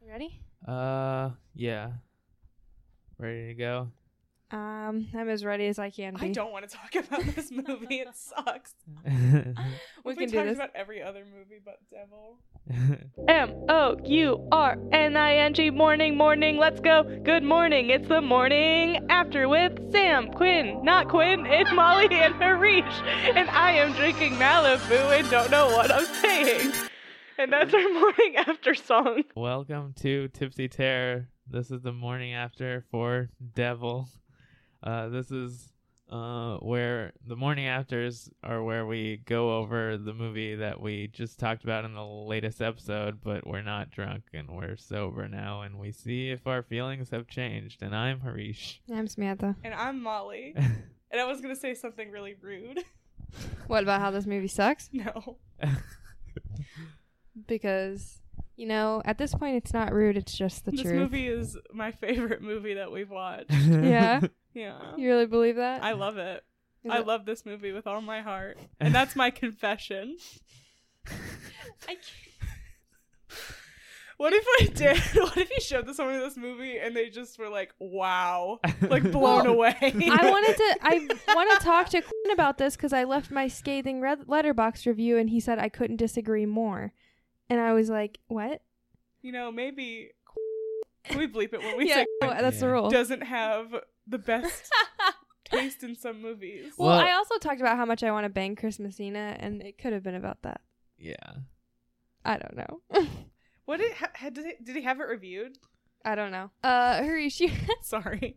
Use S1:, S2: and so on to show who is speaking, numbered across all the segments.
S1: Ready?
S2: Uh, yeah. Ready to go?
S1: Um, I'm as ready as I can be.
S3: I don't want to talk about this movie. It sucks.
S1: We
S3: We've
S1: can do
S3: talked
S1: this.
S3: about every other movie but Devil.
S1: M O U R N I N G. Morning, morning. Let's go. Good morning. It's the morning after with Sam Quinn, not Quinn. It's Molly and Harish, and I am drinking Malibu and don't know what I'm saying. And that's our morning after song.
S2: Welcome to Tipsy Terror. This is the morning after for Devil. Uh, this is uh, where the morning afters are where we go over the movie that we just talked about in the latest episode, but we're not drunk and we're sober now, and we see if our feelings have changed. And I'm Harish.
S1: I'm Samantha.
S3: And I'm Molly. And I was going to say something really rude.
S1: What about how this movie sucks?
S3: No.
S1: Because you know, at this point, it's not rude. It's just the
S3: this
S1: truth.
S3: movie is my favorite movie that we've watched.
S1: Yeah,
S3: Yeah.
S1: you really believe that?
S3: I love it.
S1: Is
S3: I
S1: it-
S3: love this movie with all my heart. And that's my confession. I can't. What if I did? What if you showed this someone this movie and they just were like, wow, like blown
S1: Well,
S3: away?
S1: I wanted to. I want to talk to Quinn about this because I left my scathing red letterbox review, and he said I couldn't disagree more. And I was like, "What?
S3: you know, maybe can we bleep it when we say
S1: no, that's the
S2: Yeah.
S1: rule."
S3: doesn't have the best taste in some movies.
S1: well,
S2: Well-
S1: I also talked about how much I want to bang Chris Messina, and it could have been about that.
S2: yeah.
S1: I don't know.
S3: What did ha- had- did, he, did he have it reviewed?
S1: I don't know. Uh, Harish, you
S3: Sorry,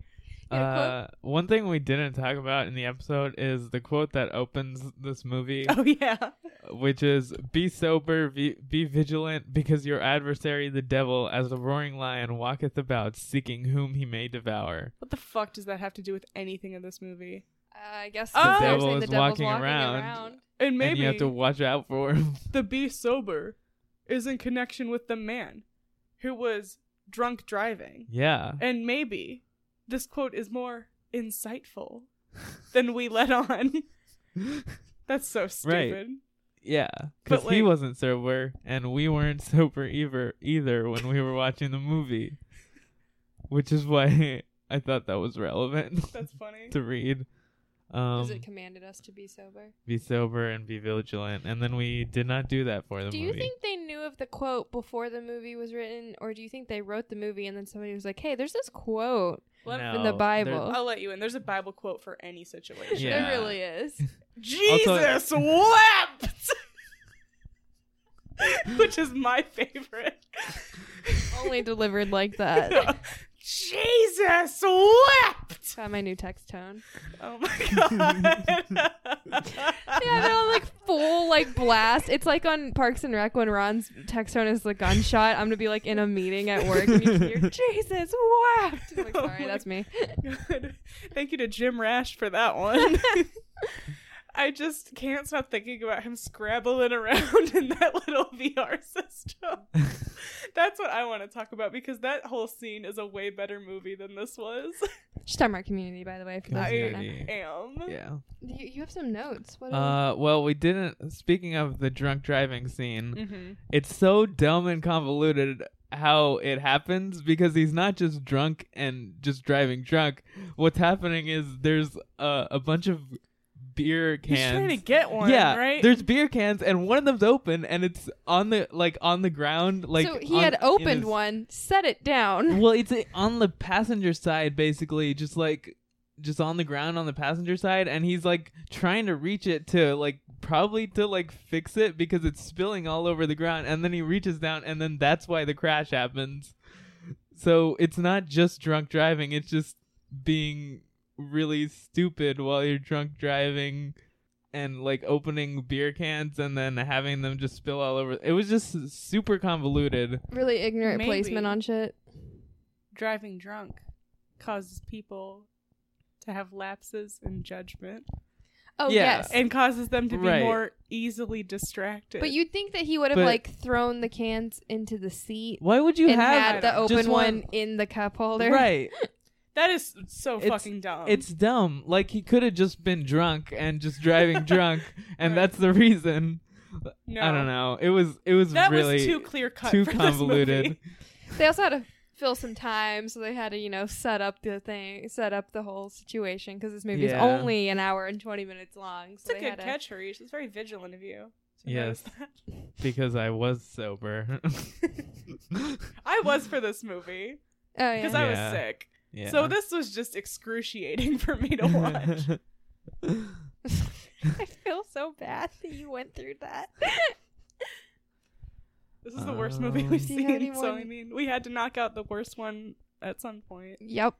S1: You had a quote?
S2: Uh, one thing we didn't talk about in the episode is the quote that opens this movie,
S3: oh yeah,
S2: which is "Be sober, be, be vigilant, because your adversary, the devil, as a roaring lion, walketh about, seeking whom he may devour."
S3: what the fuck does that have to do with anything in this movie?
S1: Uh, I guess
S3: The
S1: they're
S2: devil
S1: saying
S2: is walking around.
S3: And
S2: And
S3: maybe
S2: you have to watch out for him.
S3: the be sober is in connection with the man who was drunk driving,
S2: yeah.
S3: and maybe this quote is more insightful than we let on. That's so stupid.
S2: Yeah, because
S3: But,
S2: he
S3: like-
S2: wasn't sober, and we weren't sober either, either when we were watching the movie, which is why I thought that was relevant
S3: That's funny.
S2: to read. Um,
S1: Because it commanded us to be sober.
S2: be sober and be vigilant and then we did not do that for the
S1: Do
S2: movie
S1: you think they knew of the quote before the movie was written, or do you think they wrote the movie and then somebody was like, "Hey, there's this quote."
S3: Let-
S2: No,
S1: in the
S2: they're-
S1: Bible.
S3: I'll let you in. There's a Bible quote for any situation.
S2: Yeah.
S1: There really is.
S3: Jesus wept, which is my favorite.
S1: Only delivered like that.
S3: Jesus wept.
S1: Got my new text tone.
S3: Oh my god.
S1: Yeah, they're on like full like blast. It's like on Parks and Rec when Ron's text tone is the gunshot. I'm gonna be like in a meeting at work and you just hear Jesus wept. I'm like,
S3: Oh
S1: sorry,
S3: my
S1: that's me.
S3: Good. Thank you to Jim Rash for that one. I just can't stop thinking about him scrabbling around in that little VR system. That's what I want to talk about because that whole scene is a way better movie than this was.
S1: Just talking about community, by the way. For those who don't know.
S2: Community.
S3: Am.
S2: yeah
S1: You, you have some notes. What? are
S2: uh well we didn't speaking of the drunk driving
S1: Mm.
S2: scene
S3: Mm-hmm.
S2: it's so dumb and convoluted how it happens because he's not just drunk and just driving drunk what's happening is there's a, a bunch of beer
S3: He's
S2: cans
S3: trying to get one,
S2: yeah
S3: right?
S2: there's beer cans and one of them's open and it's on the like on the ground like
S1: so he
S2: on-
S1: had
S2: in
S1: opened
S2: his-
S1: one, set it down.
S2: well it's uh, on the passenger side basically just like just on the ground on the passenger side and he's like trying to reach it to like probably to like fix it because it's spilling all over the ground and then he reaches down and then that's why the crash happens so it's not just drunk driving it's just being really stupid while you're drunk driving and like opening beer cans and then having them just spill all over it was just super convoluted
S1: Really ignorant
S3: Maybe.
S1: placement on shit.
S3: Driving drunk causes people to have lapses in judgment
S1: Oh
S2: Yeah.
S1: yes.
S3: and causes them to be
S2: Right.
S3: more easily distracted.
S1: But you'd think that he would have
S2: But-
S1: like thrown the cans into the seat
S2: why would you
S1: and
S2: have
S1: had the
S2: just
S1: open one in the cup holder.
S2: Right.
S3: that is so
S2: It's-
S3: fucking
S1: Um,
S3: dumb.
S2: it's dumb. Like he could have just been drunk and just driving drunk and
S3: Right.
S2: that's the reason.
S3: no.
S2: I don't know. It was it was
S3: That
S2: really
S3: was too clear cut.
S2: too
S3: for
S2: convoluted.
S3: This movie.
S1: They also had to fill some time, so they had to, you know, set up the thing, set up the whole situation because this movie's
S2: Yeah.
S1: only an hour and 20 minutes long.
S3: It's
S1: So
S3: a
S1: they had
S3: good
S1: to-
S3: catch, Harish. It's very vigilant of you. to
S2: Yes.
S3: notice that.
S2: because I was sober.
S3: I was for this movie
S1: Oh, yeah.
S3: because I was
S2: Yeah.
S3: sick.
S2: yeah.
S3: So this was just excruciating for me to watch.
S1: I feel so bad that you went through that.
S3: this is the worst movie we've
S2: Um,
S1: Do you have any
S3: seen. So
S1: more-
S3: I mean, we had to knock out the worst one at some point.
S1: yep.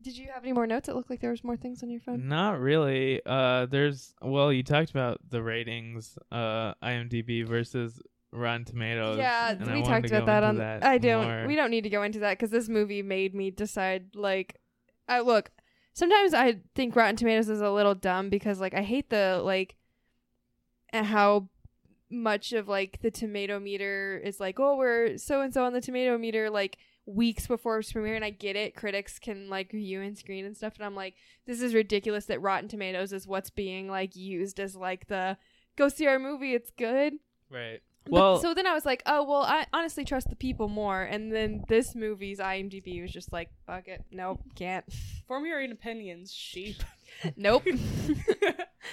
S1: Did you have any more notes? It looked like there was more things on your phone.
S2: Not really. Uh, there's well, you talked about the ratings, uh, IMDb versus Rotten Tomatoes.
S1: yeah,
S2: and I
S1: we
S2: wanted
S1: talked
S2: to
S1: about
S2: go
S1: that
S2: into
S1: on.
S2: that
S1: I don't.
S2: more.
S1: We don't need to go into that because this movie made me decide. Like, I look. Sometimes I think Rotten Tomatoes is a little dumb because, like, I hate the like uh, how much of like the tomato meter is like, oh, we're so and so on the tomato meter, like weeks before its premiere and I get it critics can like view and screen and stuff and I'm like this is ridiculous that Rotten Tomatoes is what's being like used as like the go see our movie it's good
S2: Right.
S1: but-
S2: Well,
S1: so then I was like, oh well, I honestly trust the people more. And then this movie's IMDb was just like, fuck it, nope, can't,
S3: Form your own opinions, sheep.
S1: nope.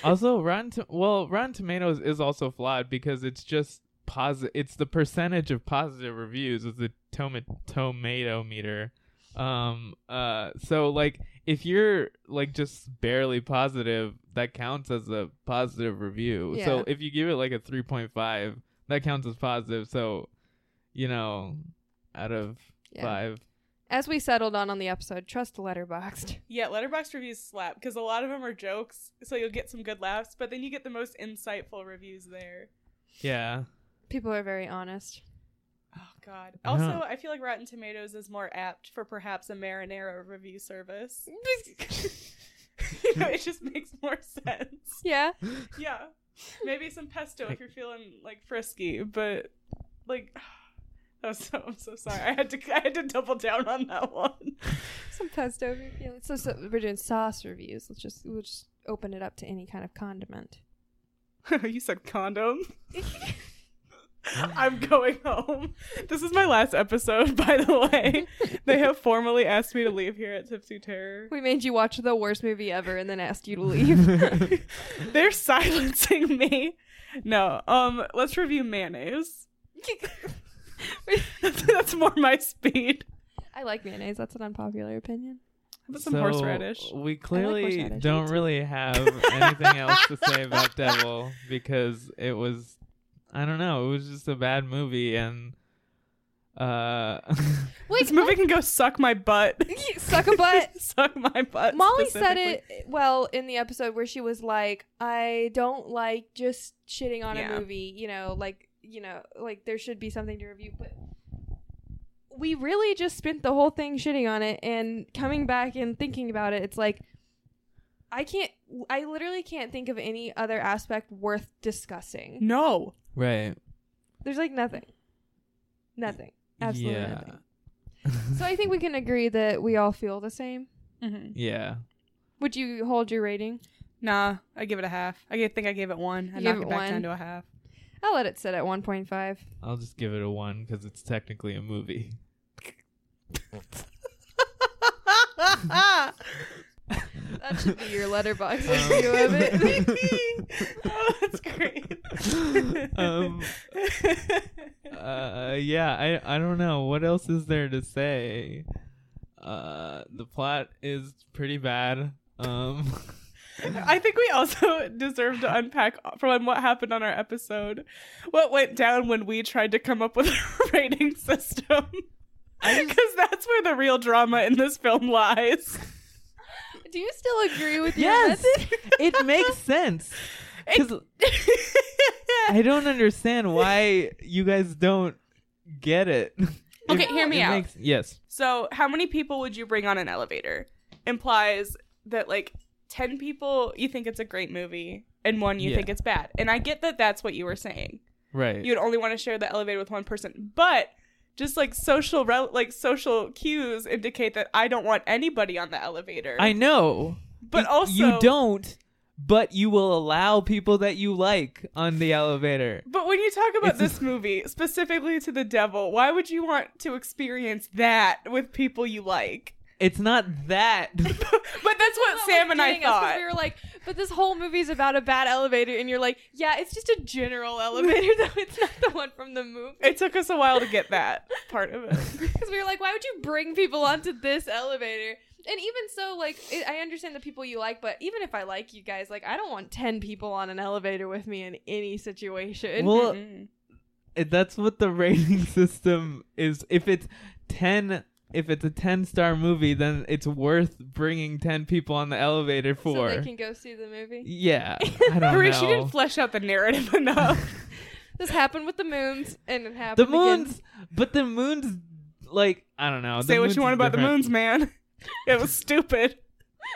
S2: also Rotten. To- well, Rotten Tomatoes is also flawed because it's just positive. It's the percentage of positive reviews is the toma- tomato meter. Um. Uh. So like, if you're like just barely positive, that counts as a positive review.
S1: Yeah.
S2: So if you give it like a three point five, that counts as positive. So, you know, out of
S1: Yeah.
S2: five.
S1: As we settled on on the episode, trust Letterboxd.
S3: yeah, letterbox reviews slap because a lot of them are jokes, so you'll get some good laughs, but then you get the most insightful reviews there.
S2: Yeah.
S1: People are very honest.
S3: Oh God!
S2: I
S3: Also,
S2: know.
S3: I feel like Rotten Tomatoes is more apt for perhaps a marinara review service. you know, it just makes more sense.
S1: Yeah,
S3: Yeah, maybe some pesto if you're feeling like frisky, but like. that was so, I'm so sorry. I had to I had to double down on that one.
S1: some pesto review. So, so uh, we're doing sauce reviews. Let's just we'll just open it up to any kind of condiment.
S3: you said condom. I'm going home. This is my last episode, by the way. They have formally asked me to leave here at Tipsy Terror.
S1: We made you watch the worst movie ever and then asked you to leave.
S3: They're silencing me. No. Um, let's review mayonnaise. That's more my speed.
S1: I like mayonnaise. That's an unpopular opinion.
S3: How about some
S2: So,
S3: horseradish?
S2: We clearly
S1: horseradish, me
S2: don't
S1: too.
S2: really have anything else to say about Devil because it was, I don't know, it was just a bad movie and, uh,
S1: Wait,
S3: This movie can go suck my butt.
S1: suck a butt.
S3: suck my butt.
S1: Molly said
S3: specifically.
S1: it well in the episode where she was like, I don't like just shitting on
S3: Yeah.
S1: a movie, you know, like, you know, like there should be something to review, but we really just spent the whole thing shitting on it and coming back and thinking about it, it's like I can't I literally can't think of any other aspect worth discussing.
S3: No.
S2: right.
S1: There's like nothing. Nothing. Absolutely
S2: yeah.
S1: nothing. So I think we can agree that we all feel the same.
S3: Mm-hmm.
S2: yeah.
S1: Would you hold your rating?
S3: Nah, I give it a half. I g- think I gave it one. I
S1: You
S3: knocked
S1: gave
S3: it
S1: it
S3: back
S1: one?
S3: down to a half.
S1: I'll let it sit at 1.5.
S2: I'll just give it a one because it's technically a movie.
S1: That should be your letterbox
S2: Um,
S1: review of it.
S3: oh, that's great.
S2: um, uh, yeah, I I don't know what else is there to say. Uh, the plot is pretty bad. Um,
S3: I think we also deserve to unpack from what happened on our episode what went down when we tried to come up with a rating system. Because that's where the real drama in this film lies.
S1: Do you still agree with your
S2: Yes!
S1: method?
S2: it makes sense. 'Cause I don't understand why you guys don't get it.
S3: Okay,
S2: It-
S3: hear me
S2: it
S3: out.
S2: makes- yes.
S3: So, how many people would you bring on an elevator? Implies that like 10 people you think it's a great movie and one you
S2: Yeah.
S3: think it's bad. And I get that that's what you were saying.
S2: Right.
S3: You'd only want to share the elevator with one person, but just like social rel- like social cues indicate that I don't want anybody on the elevator.
S2: I know.
S3: but
S2: Y-
S3: also
S2: you don't but you will allow people that you like on the elevator.
S3: But when you talk about
S2: It's-
S3: this movie, specifically to the devil, why would you want to experience that with people you like?
S2: It's not that.
S3: But that's what
S1: That's
S3: Sam
S1: was
S3: and I
S1: getting us, 'cause
S3: thought.
S1: we were like, but this whole movie's about a bad elevator, and you're like, yeah, it's just a general elevator though. It's not the one from the movie.
S3: It took us a while to get that part of it.
S1: Because we were like, why would you bring people onto this elevator? And even so, like, it, I understand the people you like, but even if I like you guys, like, I don't want 10 people on an elevator with me in any situation.
S2: well,
S3: Mm.
S2: it- that's what the rating system is. If it's 10 if it's a 10 star movie, then it's worth bringing 10 people on the elevator for.
S1: So they can go see the movie.
S2: yeah. I don't
S3: Marie,
S2: know.
S3: she didn't flesh out the narrative enough.
S1: This happened with the moons, and it happened
S2: the moons, but the moons like I don't know. the
S3: Say what
S2: moons
S3: you
S2: is
S3: want about the
S2: different.
S3: moons, man. It was stupid.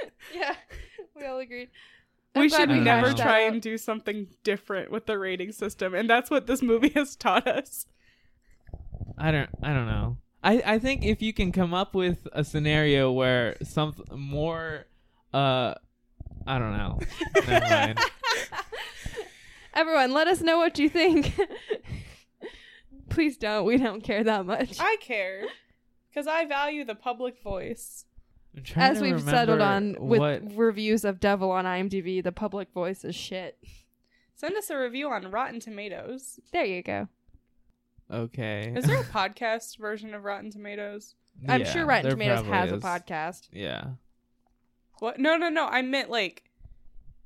S1: Again. Yeah, we all agreed. I'm
S3: we
S1: glad
S3: should
S2: we
S3: never
S2: hashed that
S3: try
S1: out.
S3: and do something different with the rating system, and that's what this movie has taught us.
S2: I don't I don't know. I, I think if you can come up with a scenario where some more uh I don't know. Never mind.
S1: Everyone, let us know what you think. Please don't. We don't care that much.
S3: I care because I value the public voice.
S2: I'm trying
S1: As
S2: to
S1: we've settled
S2: remember
S1: on with
S2: what
S1: reviews of Devil on IMDb, the public voice is shit.
S3: Send us a review on Rotten Tomatoes.
S1: There you go.
S2: okay.
S3: Is there a podcast version of Rotten Tomatoes?
S1: I'm
S2: Yeah,
S1: sure Rotten
S2: there
S1: Tomatoes
S2: probably
S1: has a
S2: is.
S1: podcast.
S2: Yeah.
S3: What? No, no, no. I meant like,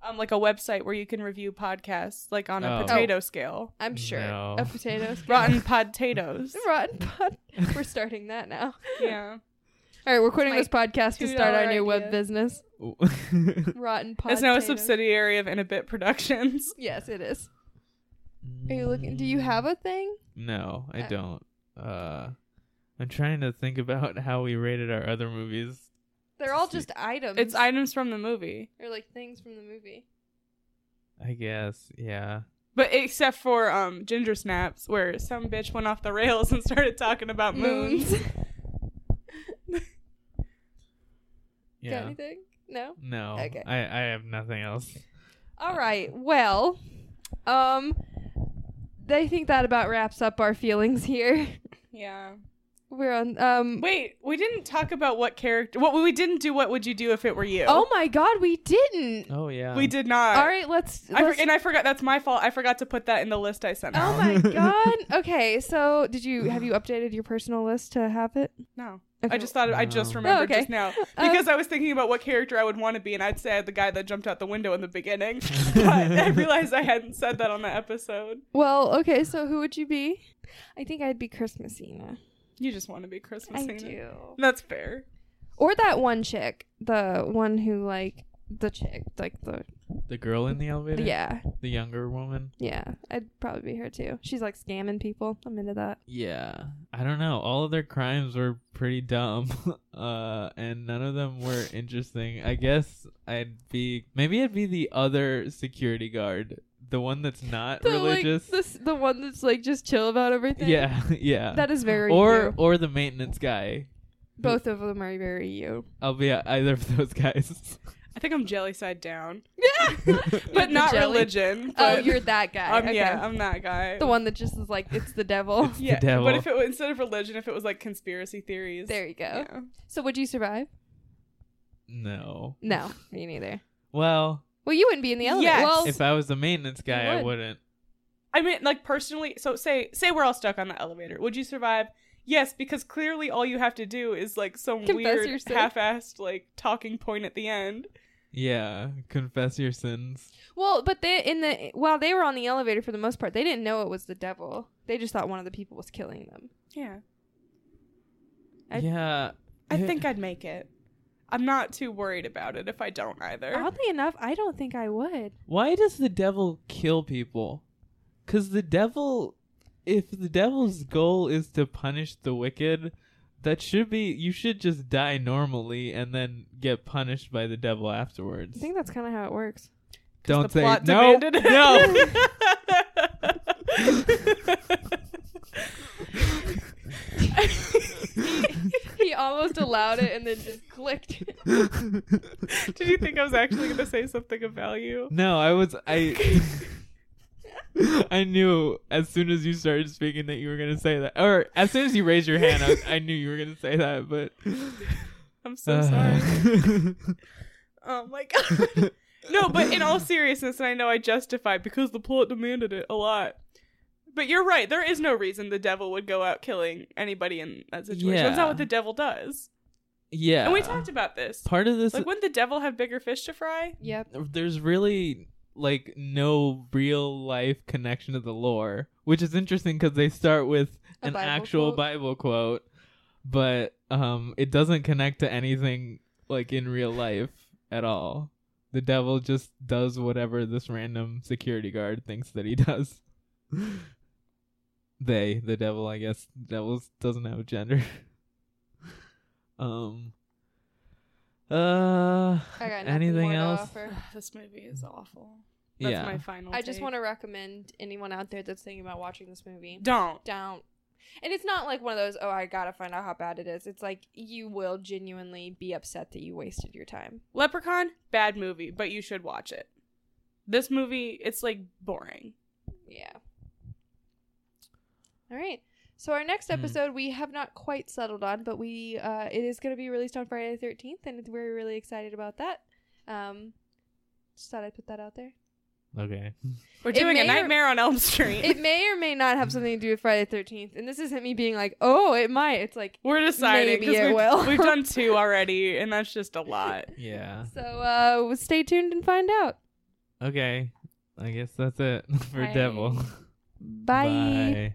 S3: um, like a website where you can review podcasts, like on a
S2: Oh.
S3: potato scale.
S1: I'm sure.
S2: No.
S1: A potatoes.
S3: Rotten potatoes.
S1: Rotten pod. We're starting that now.
S3: yeah.
S1: All right, we're quitting
S3: My
S1: this podcast to start our
S3: $2
S1: new web
S3: idea.
S1: business. Rotten podcast.
S3: It's now a subsidiary of Inabit Productions.
S1: Yes, it is. Are you looking? Do you have a thing?
S2: No, I
S1: Uh,
S2: don't. Uh I'm trying to think about how we rated our other movies.
S1: They're all just items.
S3: It's items from the movie,
S1: or like things from the movie.
S2: I guess. Yeah.
S3: but except for um Ginger Snaps, where some bitch went off the rails and started talking
S1: Mm.
S3: about moons.
S1: Got
S2: Yeah.
S1: anything? No.
S2: No.
S1: Okay.
S2: I I have nothing else.
S1: All right. Well, um, I think that about wraps up our feelings here.
S3: Yeah.
S1: We're on. Um.
S3: Wait, we didn't talk about what character. What we didn't do. What would you do if it were you?
S1: Oh my God, we didn't.
S2: Oh yeah.
S3: we did not.
S1: All right, let's.
S3: I for-
S1: let's-
S3: and I forgot. That's my fault. I forgot to put that in the list I sent.
S1: oh
S3: out.
S1: my God. Okay. So, did you have you updated your personal list to have it?
S3: No.
S1: Okay.
S3: I just thought I just
S2: No.
S3: remembered
S1: Oh, okay.
S3: just now because I was thinking about what character I would want to be, and I'd say the guy that jumped out the window in the beginning. but I realized I hadn't said that on the episode.
S1: Well, okay. So, who would you be? I think I'd be Christmasina.
S3: You just want to be Christmas.
S1: I
S3: Santa.
S1: do.
S3: That's fair.
S1: Or that one chick, the one who like the chick, like the
S2: the girl in the elevator.
S1: yeah,
S2: The younger woman.
S1: yeah. I'd probably be her too. She's like scamming people. I'm into that.
S2: Yeah. I don't know. All of their crimes were pretty dumb. Uh and none of them were interesting. I guess I'd be maybe I'd be the other security guard. The one that's not religious.
S1: like this, the one that's like just chill about everything.
S2: yeah, yeah.
S1: that is very
S2: or
S1: you.
S2: or the maintenance guy.
S1: Both of them are very you.
S2: I'll be either of those guys.
S3: I think I'm jelly side down,
S1: Yeah,
S3: but not religion.
S1: Oh,
S3: but-
S1: you're that guy.
S3: I'm,
S1: okay.
S3: Yeah, I'm that guy.
S1: the one that just is like it's the devil.
S2: It's
S3: Yeah,
S2: the devil.
S3: but if it was, instead of religion, if it was like conspiracy theories,
S1: there you go.
S3: Yeah.
S1: So would you survive?
S2: no.
S1: No, me neither.
S2: Well,
S1: Well, you wouldn't be in the elevator.
S3: Yes.
S1: Well,
S2: if I was the maintenance guy, I
S1: would.
S2: wouldn't.
S3: I mean, like personally. So say say we're all stuck on the elevator. Would you survive? Yes, because clearly all you have to do is like some
S1: Confess
S3: weird,
S1: your sin.
S3: half-assed like talking point at the end.
S2: Yeah, confess your sins.
S1: Well, but they in the while they were on the elevator for the most part, they didn't know it was the devil. They just thought one of the people was killing them.
S3: Yeah,
S1: I-
S2: yeah.
S3: I
S2: Yeah.
S3: think I'd make it. I'm not too worried about it if I don't either.
S1: Oddly enough, I don't think I would.
S2: Why does the devil kill people? Cuz the devil if the devil's goal is to punish the wicked, that should be you should just die normally and then get punished by the devil afterwards.
S1: I think that's kind of how it works.
S2: Don't
S3: the
S2: say
S3: plot
S2: no.
S3: demanded it.
S2: No.
S1: he almost allowed it and then just clicked.
S3: Did you think I was actually going to say something of value?
S2: No, I was I I knew as soon as you started speaking that you were gonna say that, or as soon as you raised your hand, I, was- I knew you were gonna say that. But
S3: I'm so
S2: Uh-huh.
S3: sorry. Oh my god. no, but in all seriousness, and I know I justify because the plot demanded it a lot. But you're right. There is no reason the devil would go out killing anybody in that situation. That's
S2: Yeah.
S3: not what the devil does.
S2: yeah,
S3: And we talked about this.
S2: part of this.
S3: Like, wouldn't the devil have bigger fish to fry?
S1: Yep.
S2: there's really like no real life connection to the lore, which is interesting because they start with
S1: A
S2: an
S1: Bible
S2: actual
S1: quote.
S2: Bible quote, but um, it doesn't connect to anything like in real life at all. The devil just does whatever this random security guard thinks that he does. they, the devil, I guess, devils doesn't have a gender. um. Uh.
S1: I got nothing
S2: anything
S1: more to
S2: else?
S1: offer.
S3: this movie is awful. That's
S2: yeah.
S3: my final.
S1: I just want to recommend anyone out there that's thinking about watching this movie.
S3: Don't.
S1: Don't. And it's not like one of those, oh, I gotta find out how bad it is. It's like you will genuinely be upset that you wasted your time.
S3: Leprechaun, bad movie, but you should watch it. This movie, it's like boring.
S1: Yeah. All right. So our next
S2: Hmm.
S1: episode we have not quite settled on, but we uh, it is going to be released on Friday the thirteenth, and we're really excited about that. Um, just thought I'd put that out there.
S2: Okay.
S3: We're
S1: It
S3: doing a
S1: may or-
S3: nightmare on Elm Street.
S1: It may or may not have something to do with Friday the thirteenth, and this isn't me being like, oh, it might. It's like
S3: We're deciding
S1: Maybe
S3: 'cause
S1: it
S3: we've,
S1: will.
S3: we've done two already, and that's just a lot.
S2: Yeah.
S1: so. Uh, stay tuned and find out.
S2: Okay. I guess that's it for
S1: Bye.
S2: Devil.
S1: Bye.